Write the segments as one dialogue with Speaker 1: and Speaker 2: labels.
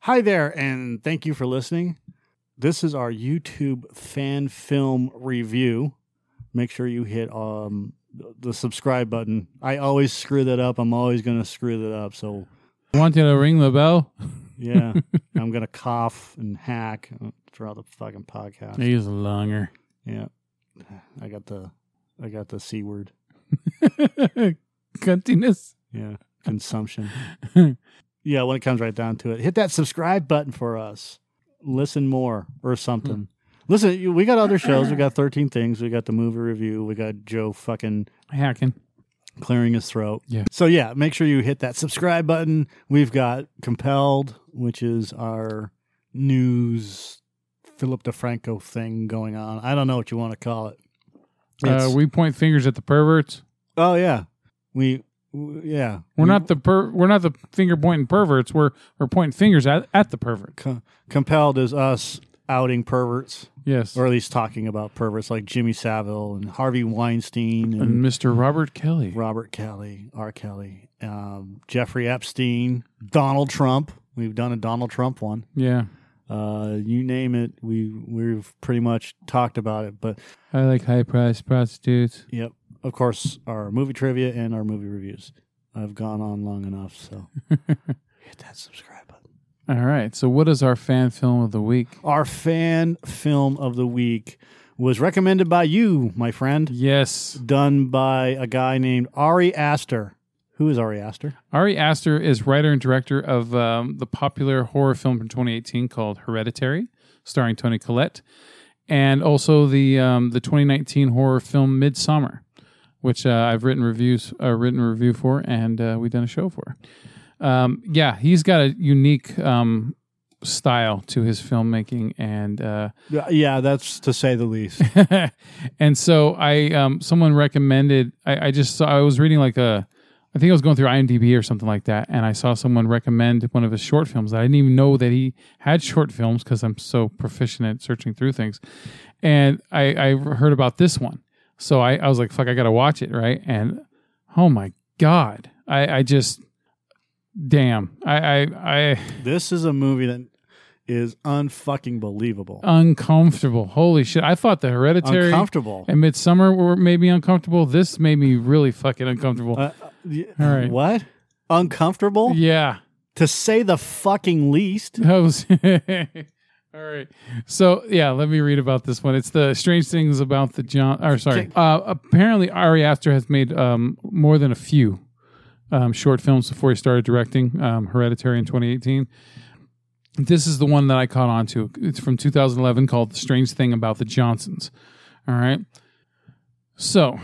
Speaker 1: Hi there, and thank you for listening. This is our YouTube fan film review. Make sure you hit um, the subscribe button. I always screw that up. I'm always going to screw that up. So,
Speaker 2: Want you to ring the bell?
Speaker 1: yeah, I'm going to cough and hack uh, throughout the fucking podcast.
Speaker 2: He's longer.
Speaker 1: Yeah. I got the I got the C word.
Speaker 2: Cuntiness.
Speaker 1: Yeah. Consumption. yeah, when it comes right down to it. Hit that subscribe button for us. Listen more or something. Listen, you- we got other shows. We got 13 things. We got the movie review. We got Joe fucking
Speaker 2: Hacking.
Speaker 1: clearing his throat.
Speaker 2: Yeah.
Speaker 1: So yeah, make sure you hit that subscribe button. We've got Compelled, which is our news Philip DeFranco thing going on. I don't know what you want to call it.
Speaker 2: Uh,
Speaker 1: It's-
Speaker 2: we point fingers at the perverts.
Speaker 1: Oh yeah, we w- yeah
Speaker 2: We're not the per- we're not the finger pointing perverts. We're we're pointing fingers at, at the pervert.
Speaker 1: Co- compelled as us outing perverts
Speaker 2: Yes.
Speaker 1: or at least talking about perverts like Jimmy Savile and Harvey Weinstein
Speaker 2: and
Speaker 1: and
Speaker 2: Mr. Robert Kelly.
Speaker 1: Robert Kelly, R. Kelly, um, Jeffrey Epstein, Donald Trump. We've done a Donald Trump one.
Speaker 2: Yeah.
Speaker 1: Uh, you name it, we we've pretty much talked about it. But
Speaker 2: I like high priced prostitutes.
Speaker 1: yep, of course, our movie trivia and our movie reviews. I've gone on long enough, so hit that subscribe button.
Speaker 2: All right. So what is our fan film of the week?
Speaker 1: Our fan film of the week was recommended by you, my friend,
Speaker 2: Yes.
Speaker 1: done by a guy named Ari Aster. Who is Ari Aster?
Speaker 2: Ari Aster is writer and director of um, the popular horror film from 2018 called Hereditary, starring Tony Collette, and also the um, the 2019 horror film Midsummer, which uh, I've written reviews uh, written a review for, and uh, we've done a show for. Um, yeah, he's got a unique um, style to his filmmaking, and uh,
Speaker 1: Yeah, that's to say the least.
Speaker 2: and so I um someone recommended I, I just saw I was reading like a I think I was going through IMDb or something like that, and I saw someone recommend one of his short films. I didn't even know that he had short films because I'm so proficient at searching through things. And I, I heard about this one, so I, I was like, "Fuck, I gotta watch it!" Right? And oh my god, I, I just damn, I, I, I
Speaker 1: this is a movie that is unfucking believable,
Speaker 2: Uh, uncomfortable. Holy shit! I thought the Hereditary.
Speaker 1: uncomfortable.
Speaker 2: And Midsummer were maybe uncomfortable. This made me really fucking uncomfortable.
Speaker 1: Uh, y-
Speaker 2: All right.
Speaker 1: What? Uncomfortable?
Speaker 2: yeah.
Speaker 1: To say the fucking least.
Speaker 2: That was All right. So, yeah, let me read about this one. It's the strange things about the John or sorry. Uh, apparently Ari Aster has made um, more than a few um, short films before he started directing um, Hereditary in 2018. This is the one that I caught on to. It's from 2011 called The Strange Thing About the Johnsons. All right. So,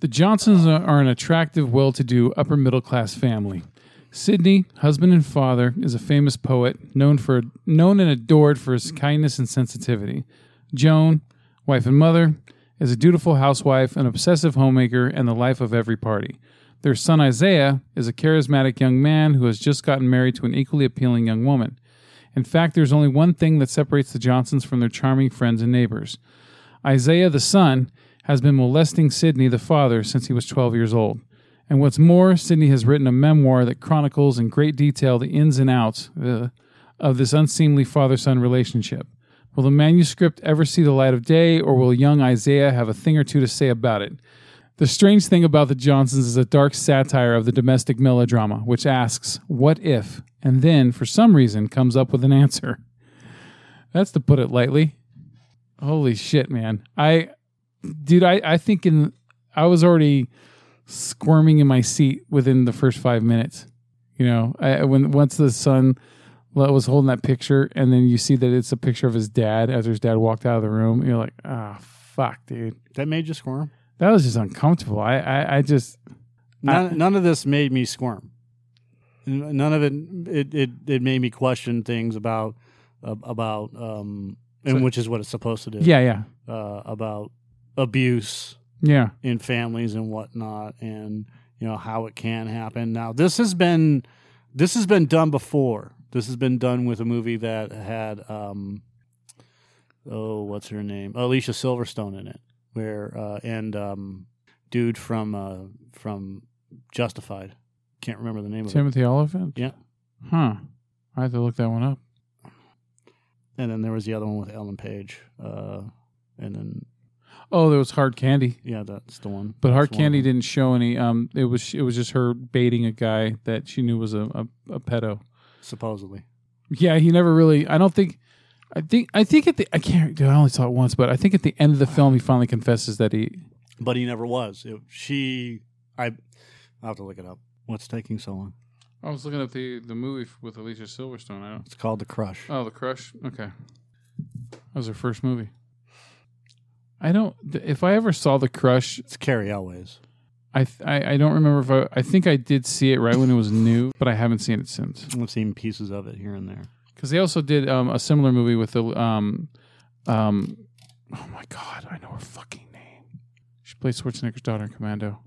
Speaker 2: the Johnsons are- are an attractive, well to do upper middle class family. Sidney, husband and father, is a famous poet known for known and adored for his kindness and sensitivity. Joan, wife and mother, is a dutiful housewife, an obsessive homemaker, and the life of every party. Their son Isaiah is a charismatic young man who has just gotten married to an equally appealing young woman. In fact, there's only one thing that separates the Johnsons from their charming friends and neighbors. Isaiah, the son, has been molesting Sidney, the father, since he was 12 years old. And what's more, Sidney has written a memoir that chronicles in great detail the ins and outs uh, of this unseemly father son relationship. Will the manuscript ever see the light of day, or will young Isaiah have a thing or two to say about it? The strange thing about the Johnsons is a dark satire of the domestic melodrama, which asks, What if? and then, for some reason, comes up with an answer. That's to put it lightly. Holy shit, man. I, dude, I, I think in, I was already squirming in my seat within the first five minutes. You know, I, when once the son lo- was holding that picture, and then you see that it's a picture of his dad after his dad walked out of the room, you're like, ah, fuck, dude.
Speaker 1: That made you squirm?
Speaker 2: That was just uncomfortable. I, I, I just,
Speaker 1: None, none of this made me squirm. N- None of it. It it, it made me question things about ab- about um, and
Speaker 2: So-
Speaker 1: which is what it's supposed to do.
Speaker 2: yeah, yeah,
Speaker 1: Uh, about abuse
Speaker 2: yeah.
Speaker 1: in families and whatnot, and you know how it can happen. Now this has been this has been done before. This has been done with a movie that had um, oh what's her name Alicia Silverstone in it, where uh, and um, dude from uh, from Justified can't remember the name of it.
Speaker 2: Timothy Oliphant.
Speaker 1: Yeah.
Speaker 2: Huh. I have to look that one up.
Speaker 1: and then there was the other one with Ellen Page, uh, and then
Speaker 2: Oh, there was hard candy.
Speaker 1: yeah, that's the one.
Speaker 2: But hard
Speaker 1: That's one of
Speaker 2: candy
Speaker 1: them.
Speaker 2: didn't show any. Um, it was it was just her baiting a guy that she knew was a, a, a pedo.
Speaker 1: supposedly.
Speaker 2: Yeah, he never really. I don't think. I think I think at the I can't. Dude, I only saw it once, but I think at the end of the film, he finally confesses that he.
Speaker 1: but he never was. It, she, I, I have to look it up. What's taking so long?
Speaker 2: I was looking at the the movie with Alicia Silverstone. I don't.
Speaker 1: It's called The Crush.
Speaker 2: Oh, The Crush. Okay, that was her first movie. I don't. If I ever saw The Crush,
Speaker 1: It's Carrie Elways.
Speaker 2: I th- I, I don't remember if I. I think I did see it right when it was new, but I haven't seen it since.
Speaker 1: I've seen pieces of it here and there.
Speaker 2: Because they also did um, a similar movie with the um, um, oh my god, I know her fucking name. She played Schwarzenegger's daughter in Commando.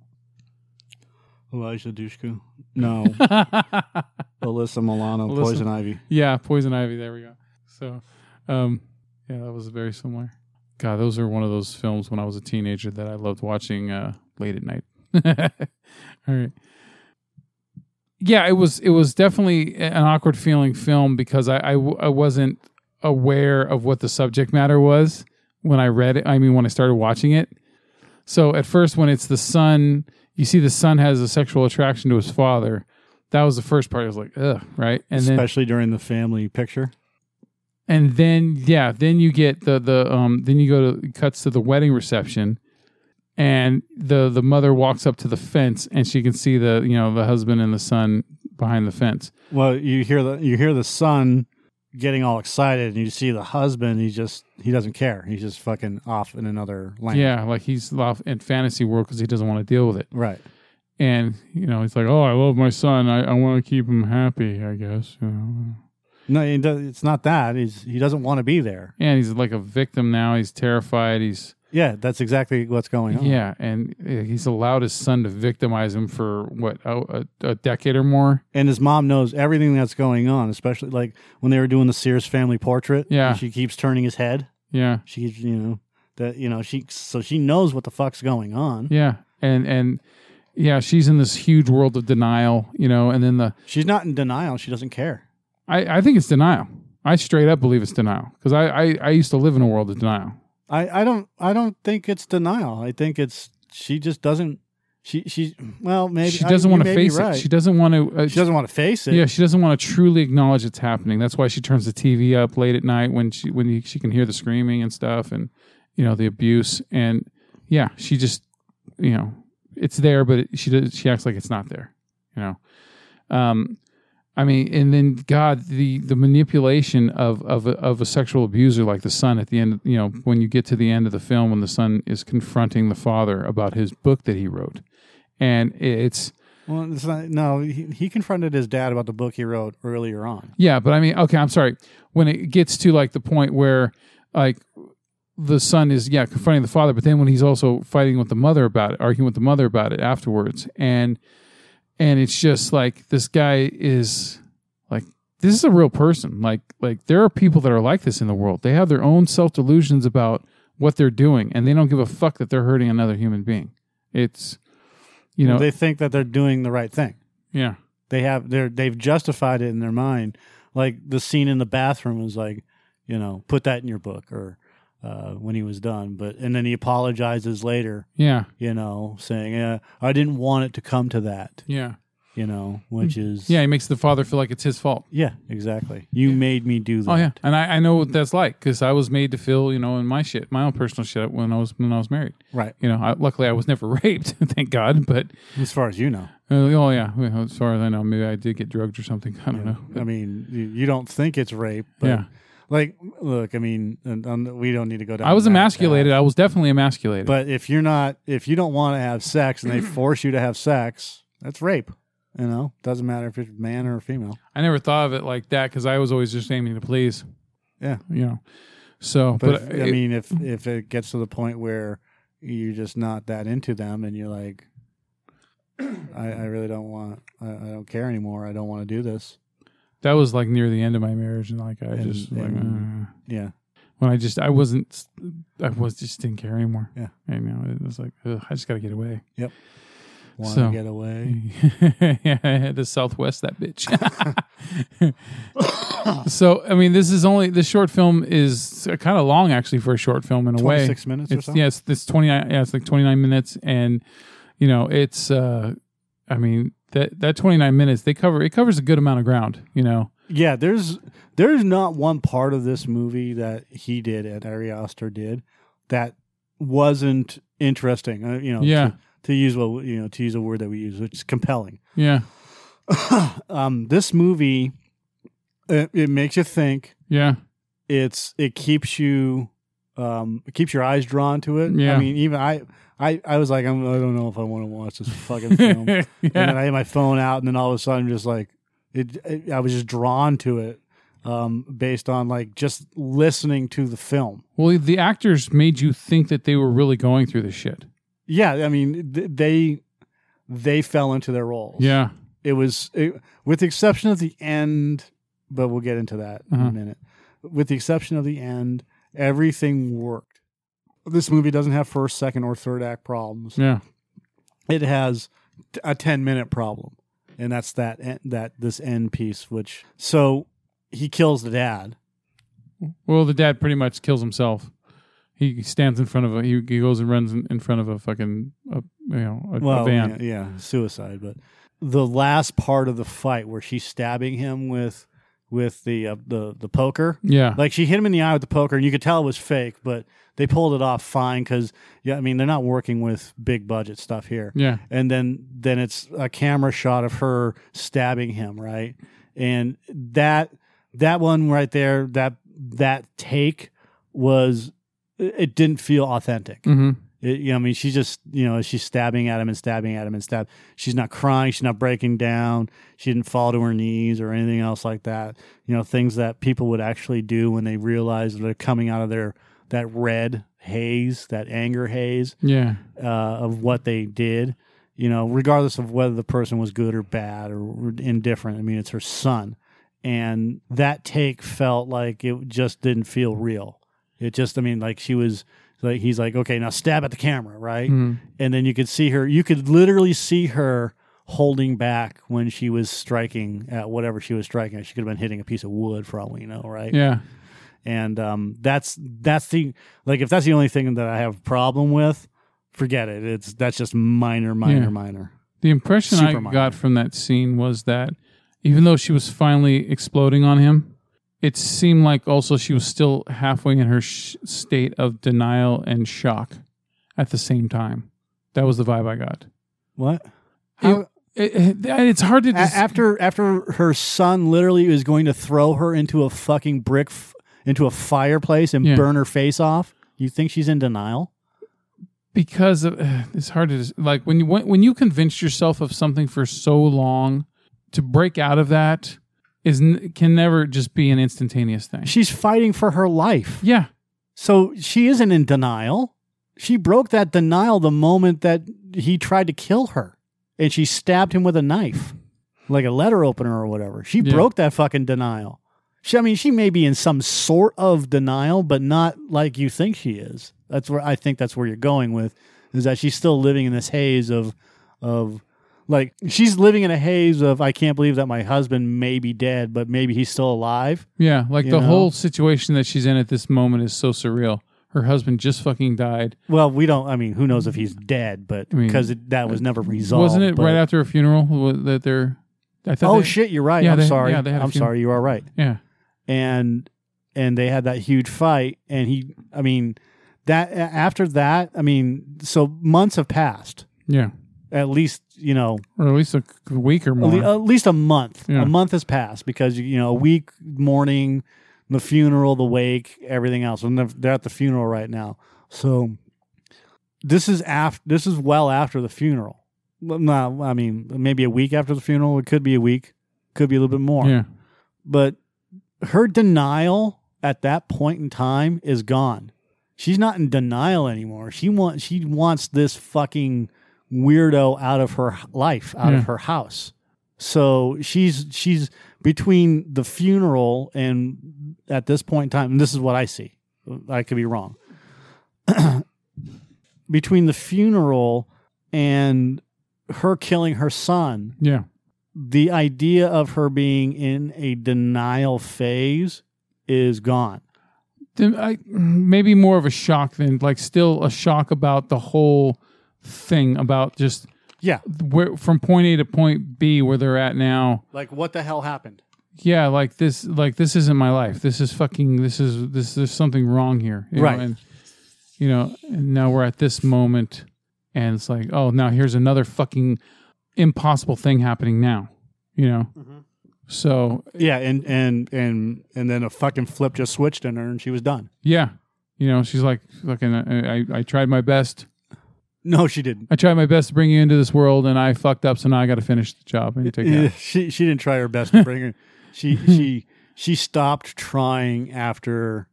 Speaker 1: Elijah Dushku. No, Alyssa Milano,
Speaker 2: Alyssa-
Speaker 1: Poison Ivy.
Speaker 2: yeah, Poison Ivy. There we go. So, um, yeah, that was very similar. God, those are one of those films when I was a teenager that I loved watching uh, late at night. All right. Yeah, it was it was definitely an awkward feeling film because I I, w- I wasn't aware of what the subject matter was when I read it. I mean, when I started watching it. So at first, when it's the son, you see the son has a sexual attraction to his father. That was the first part. I was like, ugh, right? And then
Speaker 1: Especially during the family picture.
Speaker 2: and then yeah, then you get the the um then you go to it cuts to the wedding reception and the the mother walks up to the fence and she can see the you know the husband and the son behind the fence.
Speaker 1: Well, you hear the you hear the son getting all excited, and you see the husband. He just he doesn't care. He's just fucking off in another land.
Speaker 2: Yeah, like he's off in fantasy world cuz he doesn't want to deal with it.
Speaker 1: Right.
Speaker 2: And you know, he's like, "Oh, I love my son. I, I want to keep him happy, I guess." You know?
Speaker 1: No, he does, it's not that. He's he doesn't want to be there.
Speaker 2: And he's like a victim now. He's terrified. He's
Speaker 1: Yeah, that's exactly what's going on.
Speaker 2: yeah, and uh, he's allowed his son to victimize him for what a, a, a decade or more.
Speaker 1: and his mom knows everything that's going on, especially like when they were doing the Sears family portrait.
Speaker 2: Yeah.
Speaker 1: and she keeps turning his head.
Speaker 2: Yeah.
Speaker 1: She, you know, that you know she so she knows what the fuck's going on.
Speaker 2: Yeah, and and yeah, she's in this huge world of denial, you know. And then the
Speaker 1: She's not in denial. She doesn't care.
Speaker 2: I I think it's denial. I straight up believe it's denial because I, I I used to live in a world of denial.
Speaker 1: I I don't I don't think it's denial. I think it's she just doesn't. She she well maybe
Speaker 2: she
Speaker 1: I-
Speaker 2: doesn't
Speaker 1: you
Speaker 2: want to
Speaker 1: may be
Speaker 2: face
Speaker 1: right.
Speaker 2: it. She doesn't want to. Uh,
Speaker 1: She doesn't want to face it.
Speaker 2: yeah, she doesn't want to truly acknowledge it's happening. That's why she turns the TV up late at night when she when you, she can hear the screaming and stuff, and you know the abuse. And yeah, she just you know it's there, but it, she does, she acts like it's not there. You know, um, I mean, and then God, the the manipulation of of a, of a sexual abuser like the son at the end. You know, when you get to the end of the film, when the son is confronting the father about his book that he wrote, and it's
Speaker 1: Well, it's not, no, he, he confronted his dad about the book he wrote earlier on.
Speaker 2: Yeah, but I mean, okay, I'm sorry. When it gets to like the point where like the son is yeah confronting the father, but then when he's also fighting with the mother about it, arguing with the mother about it afterwards, and and it's just like this guy is like this is a real person. Like like there are people that are like this in the world. They have their own self delusions about what they're doing, and they don't give a fuck that they're hurting another human being. It's you know
Speaker 1: they think that they're doing the right thing.
Speaker 2: yeah
Speaker 1: they have they're they've justified it in their mind like the scene in the bathroom was like you know put that in your book or uh, when he was done but and then he apologizes later
Speaker 2: yeah
Speaker 1: you know saying yeah, i didn't want it to come to that
Speaker 2: yeah
Speaker 1: you know which is
Speaker 2: Mm. yeah. He makes the father feel like it's his fault.
Speaker 1: yeah exactly you made me do that
Speaker 2: Oh yeah, and I, I know what that's like because I was made to feel you know in my shit, my own personal shit when I was when I was married.
Speaker 1: right
Speaker 2: You know, I, luckily I was never raped, thank God. But
Speaker 1: as far as you know
Speaker 2: uh, oh yeah, well, as far as I know, maybe I did get drugged or something. I don't know.
Speaker 1: i mean you, you don't think it's rape but
Speaker 2: Yeah.
Speaker 1: like look i mean and, and we don't need to go down
Speaker 2: I was
Speaker 1: that
Speaker 2: emasculated.
Speaker 1: path.
Speaker 2: I was definitely emasculated.
Speaker 1: But if you're not, if you don't want to have sex and they force you to have sex, that's rape. You know, doesn't matter if it's man or female.
Speaker 2: I never thought of it like that because I was always just aiming to please.
Speaker 1: Yeah.
Speaker 2: You know. So,
Speaker 1: But,
Speaker 2: but,
Speaker 1: if- I
Speaker 2: it-
Speaker 1: mean, if if it gets to the point where you're just not that into them and you're like, I, I really don't want, I, I don't care anymore. I don't want to do this.
Speaker 2: that was like near the end of my marriage, and like I
Speaker 1: And-
Speaker 2: just like
Speaker 1: and-
Speaker 2: uh,
Speaker 1: Yeah,
Speaker 2: when I just I wasn't I was just didn't care anymore.
Speaker 1: Yeah.
Speaker 2: You know, it was like ugh, I just got to get away.
Speaker 1: Yep. Want to
Speaker 2: So-
Speaker 1: get away?
Speaker 2: yeah, the Southwest, that bitch. so, I mean, this is only this short film is kind of long, actually, for a short film in a mm, way.
Speaker 1: Twenty-six minutes or
Speaker 2: It's
Speaker 1: something.
Speaker 2: yeah, it's, it's twenty nine. Yeah, it's like twenty nine minutes, and you know, it's. uh I mean, that that twenty nine minutes they cover it covers a good amount of ground. You know,
Speaker 1: Yeah, there's there's not one part of this movie that he did and Ari Aster did that wasn't interesting. Uh, you know,
Speaker 2: Yeah.
Speaker 1: to, to use what you know to use a word that we use, which is compelling.
Speaker 2: yeah,
Speaker 1: um, this movie, it, it makes you think.
Speaker 2: yeah,
Speaker 1: It's it keeps you, um, it keeps your eyes drawn to it. I
Speaker 2: Yeah.
Speaker 1: mean, even I, I, I was like, I'm, I don't know if I want to watch this fucking film.
Speaker 2: yeah,
Speaker 1: and then I had my phone out, and then all of a sudden, just like it, it I was just drawn to it um, based on like just listening to the film.
Speaker 2: Well, the actors made you think that they were really going through the shit.
Speaker 1: Yeah, I mean th- they they fell into their roles.
Speaker 2: Yeah,
Speaker 1: it was it, with the exception of the end, but we'll get into that in
Speaker 2: Uh-huh.
Speaker 1: a minute. With the exception of the end, everything worked. This movie doesn't have first, second, or third act problems.
Speaker 2: yeah,
Speaker 1: It has t- a 10 minute problem and that's that en- that this end piece which so he kills the dad
Speaker 2: Well, the dad pretty much kills himself. He stands in front of a. He, he goes and runs in, in front of a fucking a, you know a, a
Speaker 1: well
Speaker 2: van.
Speaker 1: yeah, yeah, suicide but the last part of the fight where she's stabbing him with with the uh, the the poker
Speaker 2: Yeah,
Speaker 1: like she hit him in the eye with the poker and you could tell it was fake but they pulled it off fine cuz yeah I mean they're not working with big budget stuff here
Speaker 2: yeah,
Speaker 1: and then then it's a camera shot of her stabbing him right and that that one right there that that take was it it didn't feel authentic
Speaker 2: hmm
Speaker 1: It- you know i mean she's just you know she's stabbing at him and stabbing at him and stab she's not crying she's not breaking down she didn't fall to her knees or anything else like that you know things that people would actually do when they realize they're coming out of their that red haze that anger haze
Speaker 2: yeah,
Speaker 1: uh, of what they did, you know, regardless of whether the person was good or bad or indifferent. I mean, it's her son. And that take felt like it just didn't feel real. It just, I mean, like she was, like, he's like, okay, now stab at the camera, right?
Speaker 2: Mhm.
Speaker 1: And then you could see her, you could literally see her holding back when she was striking at whatever she was striking at. She could have been hitting a piece of wood for all we know, right?
Speaker 2: yeah,
Speaker 1: and um, that's that's the like if that's the only thing that I have a problem with, forget it. It's that's just minor, minor,
Speaker 2: Yeah.
Speaker 1: minor.
Speaker 2: The impression
Speaker 1: Super
Speaker 2: I
Speaker 1: minor.
Speaker 2: got from that scene was that even though she was finally exploding on him, it seemed like also she was still halfway in her sh- state of denial and shock at the same time. That was the vibe I got.
Speaker 1: What?
Speaker 2: How- It, it- it's hard to
Speaker 1: A-
Speaker 2: dis-
Speaker 1: after after her son literally is going to throw her into a fucking brick f- into a fireplace and
Speaker 2: Yeah.
Speaker 1: burn her face off. You think she's in denial?
Speaker 2: because of, it's hard to like when you when, when you convince yourself of something for so long to break out of that is n- can never just be an instantaneous thing.
Speaker 1: She's fighting for her life.
Speaker 2: Yeah,
Speaker 1: So she isn't in denial. She broke that denial the moment that he tried to kill her and she stabbed him with a knife, like a letter opener or whatever. She
Speaker 2: Yeah.
Speaker 1: broke that fucking denial. She, I mean, she may be in some sort of denial, but not like you think she is. That's where I think that's where you're going with is that she's still living in this haze of, of like, she's living in a haze of, I can't believe that my husband may be dead, but maybe he's still alive.
Speaker 2: yeah. Like
Speaker 1: You
Speaker 2: the
Speaker 1: know?
Speaker 2: whole situation that she's in at this moment is so surreal. Her husband just fucking died.
Speaker 1: Well, we don't. I mean, who knows if he's dead? But
Speaker 2: I mean, uh,
Speaker 1: because that was never resolved,
Speaker 2: Wasn't it
Speaker 1: but-
Speaker 2: right after a funeral wa- that they're? I thought.
Speaker 1: Oh
Speaker 2: they-
Speaker 1: shit, you're right.
Speaker 2: Yeah,
Speaker 1: I'm
Speaker 2: they-
Speaker 1: sorry.
Speaker 2: yeah, they had a
Speaker 1: I'm
Speaker 2: few-
Speaker 1: sorry. You are right.
Speaker 2: Yeah,
Speaker 1: And and they had that huge fight, and he. I mean, that a- after that, I mean, so months have passed.
Speaker 2: yeah,
Speaker 1: At least you know,
Speaker 2: or at least a c- week or
Speaker 1: at
Speaker 2: more.
Speaker 1: le- at least a month.
Speaker 2: Yeah.
Speaker 1: A month has passed because you know, a week, mourning, the funeral, the wake, everything else. And they're- they're at the funeral right now, so this is after. This is well after the funeral. Well, No, I mean maybe a week after the funeral. It could be a week, could be a little bit more.
Speaker 2: yeah,
Speaker 1: But her denial at that point in time is gone. She's not in denial anymore. She wants she wants this fucking weirdo out of her h- life, out
Speaker 2: Yeah.
Speaker 1: of her house. So she's she's between the funeral and at this point in time, and this is what I see. I could be wrong. between the funeral and her killing her son,
Speaker 2: Yeah.
Speaker 1: the idea of her being in a denial phase is gone.
Speaker 2: Then I, maybe more of a shock than like still a shock about the whole thing about just
Speaker 1: Yeah.
Speaker 2: where from point A to point B where they're at now.
Speaker 1: Like, what the hell happened?
Speaker 2: Yeah, like this like this isn't my life. This is fucking this is this there's something wrong here. you know,
Speaker 1: Right.
Speaker 2: and you know, and now we're at this moment and it's like, oh now here's another fucking impossible thing happening now. You know?
Speaker 1: Mm-hmm.
Speaker 2: So
Speaker 1: Yeah, and and and and then a fucking flip just switched in her, and she was done.
Speaker 2: yeah. You know, she's like, fucking I, I, I tried my best.
Speaker 1: No, she didn't.
Speaker 2: I tried my best to bring you into this world, and I fucked up. So now I got to finish the job and take it. out.
Speaker 1: she she didn't try her best to bring her. She she she stopped trying after.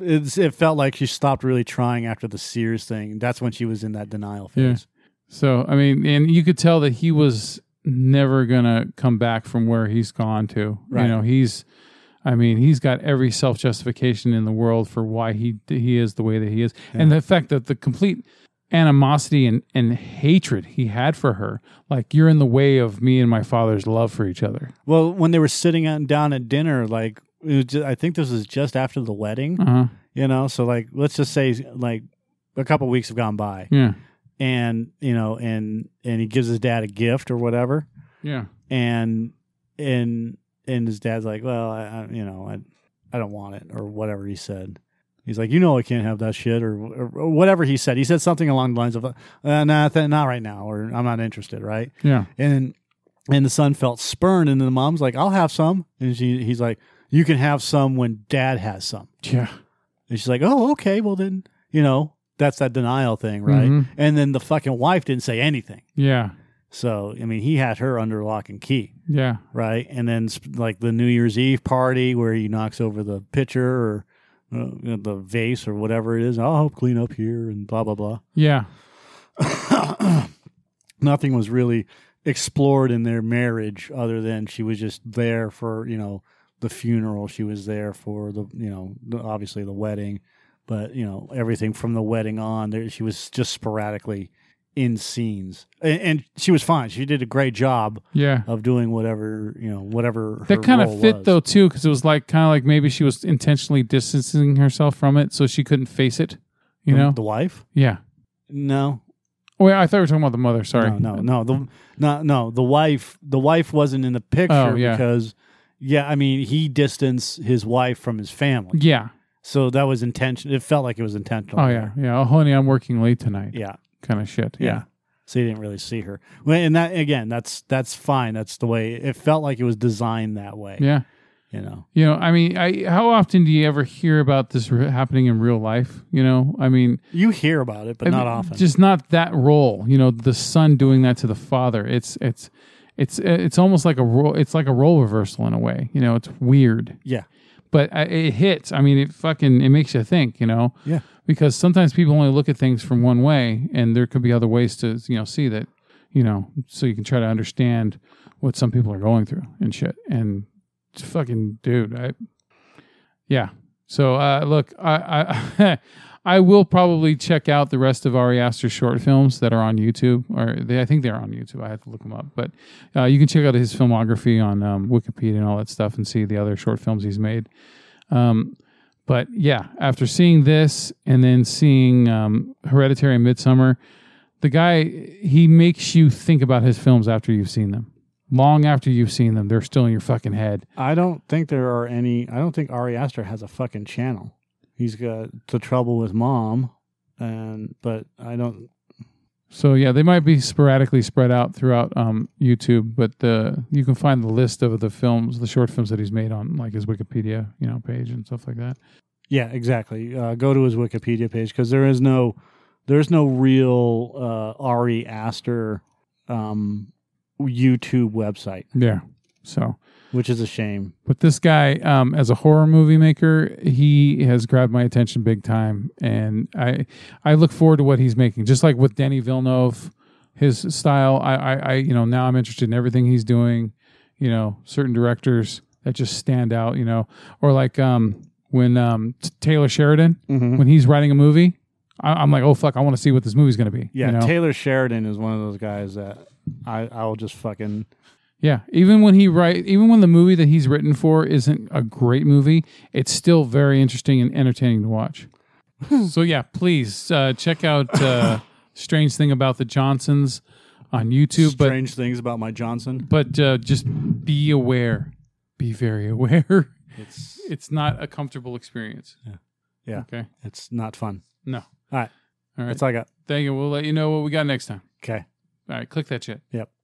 Speaker 1: It's, it felt like she stopped really trying after the Sears thing. That's when she was in that denial
Speaker 2: Yeah.
Speaker 1: phase.
Speaker 2: So I mean, and you could tell that he was never gonna come back from where he's gone to.
Speaker 1: Right.
Speaker 2: You know, he's. I mean, he's got every self justification in the world for why he he is the way that he is, and the fact that the complete animosity and, and hatred he had for her, like you're in the way of me and my father's love for each other.
Speaker 1: Well, when they were sitting out down at dinner, like it was ju- I think this was just after the wedding,
Speaker 2: Uh huh.
Speaker 1: you know. So like, let's just say like a couple weeks have gone by,
Speaker 2: Yeah.
Speaker 1: and you know, and and he gives his dad a gift or whatever,
Speaker 2: Yeah.
Speaker 1: and and and his dad's like, well, I, I you know, I I don't want it or whatever he said. He's like, you know, I can't have that shit or, or whatever he said. He said something along the lines of, uh, nah, th- not right now, or I'm not interested, right?
Speaker 2: Yeah.
Speaker 1: And and the son felt spurned, and then the mom's like, I'll have some, and she he's like, you can have some when dad has some,
Speaker 2: Yeah.
Speaker 1: and she's like, oh, okay, well then, you know, that's that denial thing, right?
Speaker 2: Mhm.
Speaker 1: And then the fucking wife didn't say anything,
Speaker 2: Yeah.
Speaker 1: so I mean, he had her under lock and key
Speaker 2: Yeah.
Speaker 1: right? And then sp- like the New Year's Eve party where he knocks over the pitcher or uh, the vase or whatever it is. I'll help clean up here and blah blah blah.
Speaker 2: Yeah.
Speaker 1: Nothing was really explored in their marriage other than she was just there for you know the funeral. She was there for the you know the, obviously the wedding, but you know everything from the wedding on. There she was just sporadically in scenes, and, and she was fine. She did a great job
Speaker 2: Yeah.
Speaker 1: of doing whatever you know whatever her
Speaker 2: That kind
Speaker 1: role
Speaker 2: of fit
Speaker 1: was.
Speaker 2: though too, because it was like kind of like maybe she was intentionally distancing herself from it, so she couldn't face it. You
Speaker 1: The-
Speaker 2: know?
Speaker 1: the wife
Speaker 2: yeah.
Speaker 1: no
Speaker 2: Oh, wait, I thought we were talking about the mother. Sorry.
Speaker 1: no no no the no no the wife the wife wasn't in the picture
Speaker 2: Oh, yeah.
Speaker 1: because yeah i mean he distanced his wife from his family
Speaker 2: Yeah.
Speaker 1: so that was intentional it felt like it was intentional
Speaker 2: Oh yeah. Yeah. Oh honey, I'm working late tonight.
Speaker 1: yeah
Speaker 2: Kind of shit.
Speaker 1: yeah so you didn't really see her Well, and that again that's that's fine that's the way it felt like it was designed that way
Speaker 2: Yeah. Yeah.
Speaker 1: you know
Speaker 2: You know, I mean, I how often do you ever hear about this re- happening in real life? You know, I mean,
Speaker 1: you hear about it but
Speaker 2: I
Speaker 1: not
Speaker 2: mean,
Speaker 1: often
Speaker 2: Just not that role. You know, the son doing that to the father. It's it's it's it's almost like a role. It's like a role reversal in a way. You know, it's weird.
Speaker 1: yeah
Speaker 2: but I, it hits. I mean, it fucking it makes you think, you know,
Speaker 1: yeah
Speaker 2: because sometimes people only look at things from one way, and there could be other ways to you know see that, you know, so you can try to understand what some people are going through and shit. And it's fucking dude, I, yeah. So uh, look, I I, I will probably check out the rest of Ari Aster's short films that are on YouTube, or they, I think they're on YouTube. I have to look them up, but uh, you can check out his filmography on um, Wikipedia and all that stuff, and see the other short films he's made. Um, but yeah, after seeing this and then seeing um, Hereditary and Midsummer, the guy he makes you think about his films after you've seen them. Long after you've seen them, they're still in your fucking head.
Speaker 1: i don't think there are any i don't think ari aster has a fucking channel he's got the trouble with mom and but i don't
Speaker 2: So yeah, they might be sporadically spread out throughout um, YouTube, but the you can find the list of the films, the short films that he's made on like his Wikipedia, you know, page and stuff like that.
Speaker 1: Yeah, exactly. Uh, go to his Wikipedia page because there is no there's no real uh, Ari Aster um, YouTube website,
Speaker 2: Yeah. So,
Speaker 1: which is a shame.
Speaker 2: but this guy, um, as a horror movie maker, he has grabbed my attention big time, and I I look forward to what he's making. Just like with Danny Villeneuve, his style, I I, I you know now I'm interested in everything he's doing. You know, certain directors that just stand out. You know, or like um when um T- Taylor Sheridan.
Speaker 1: Mm-hmm.
Speaker 2: when he's writing a movie, I, I'm like, oh fuck, I want to see what this movie's gonna be.
Speaker 1: Yeah,
Speaker 2: you know?
Speaker 1: Taylor Sheridan is one of those guys that I I'll just fucking
Speaker 2: Yeah, even when he write, even when the movie that he's written for isn't a great movie, it's still very interesting and entertaining to watch.
Speaker 1: Hmm.
Speaker 2: so yeah, please uh, check out uh, "Strange Thing About the Johnsons" on YouTube.
Speaker 1: strange things about my Johnson.
Speaker 2: But but uh, just be aware, be very aware.
Speaker 1: It's
Speaker 2: It's not a comfortable experience.
Speaker 1: Yeah. Yeah.
Speaker 2: Okay.
Speaker 1: it's not fun.
Speaker 2: No.
Speaker 1: All right.
Speaker 2: All right.
Speaker 1: That's all I got.
Speaker 2: Thank you. We'll let you know what we got next time.
Speaker 1: Okay.
Speaker 2: All right. Click that shit.
Speaker 1: Yep.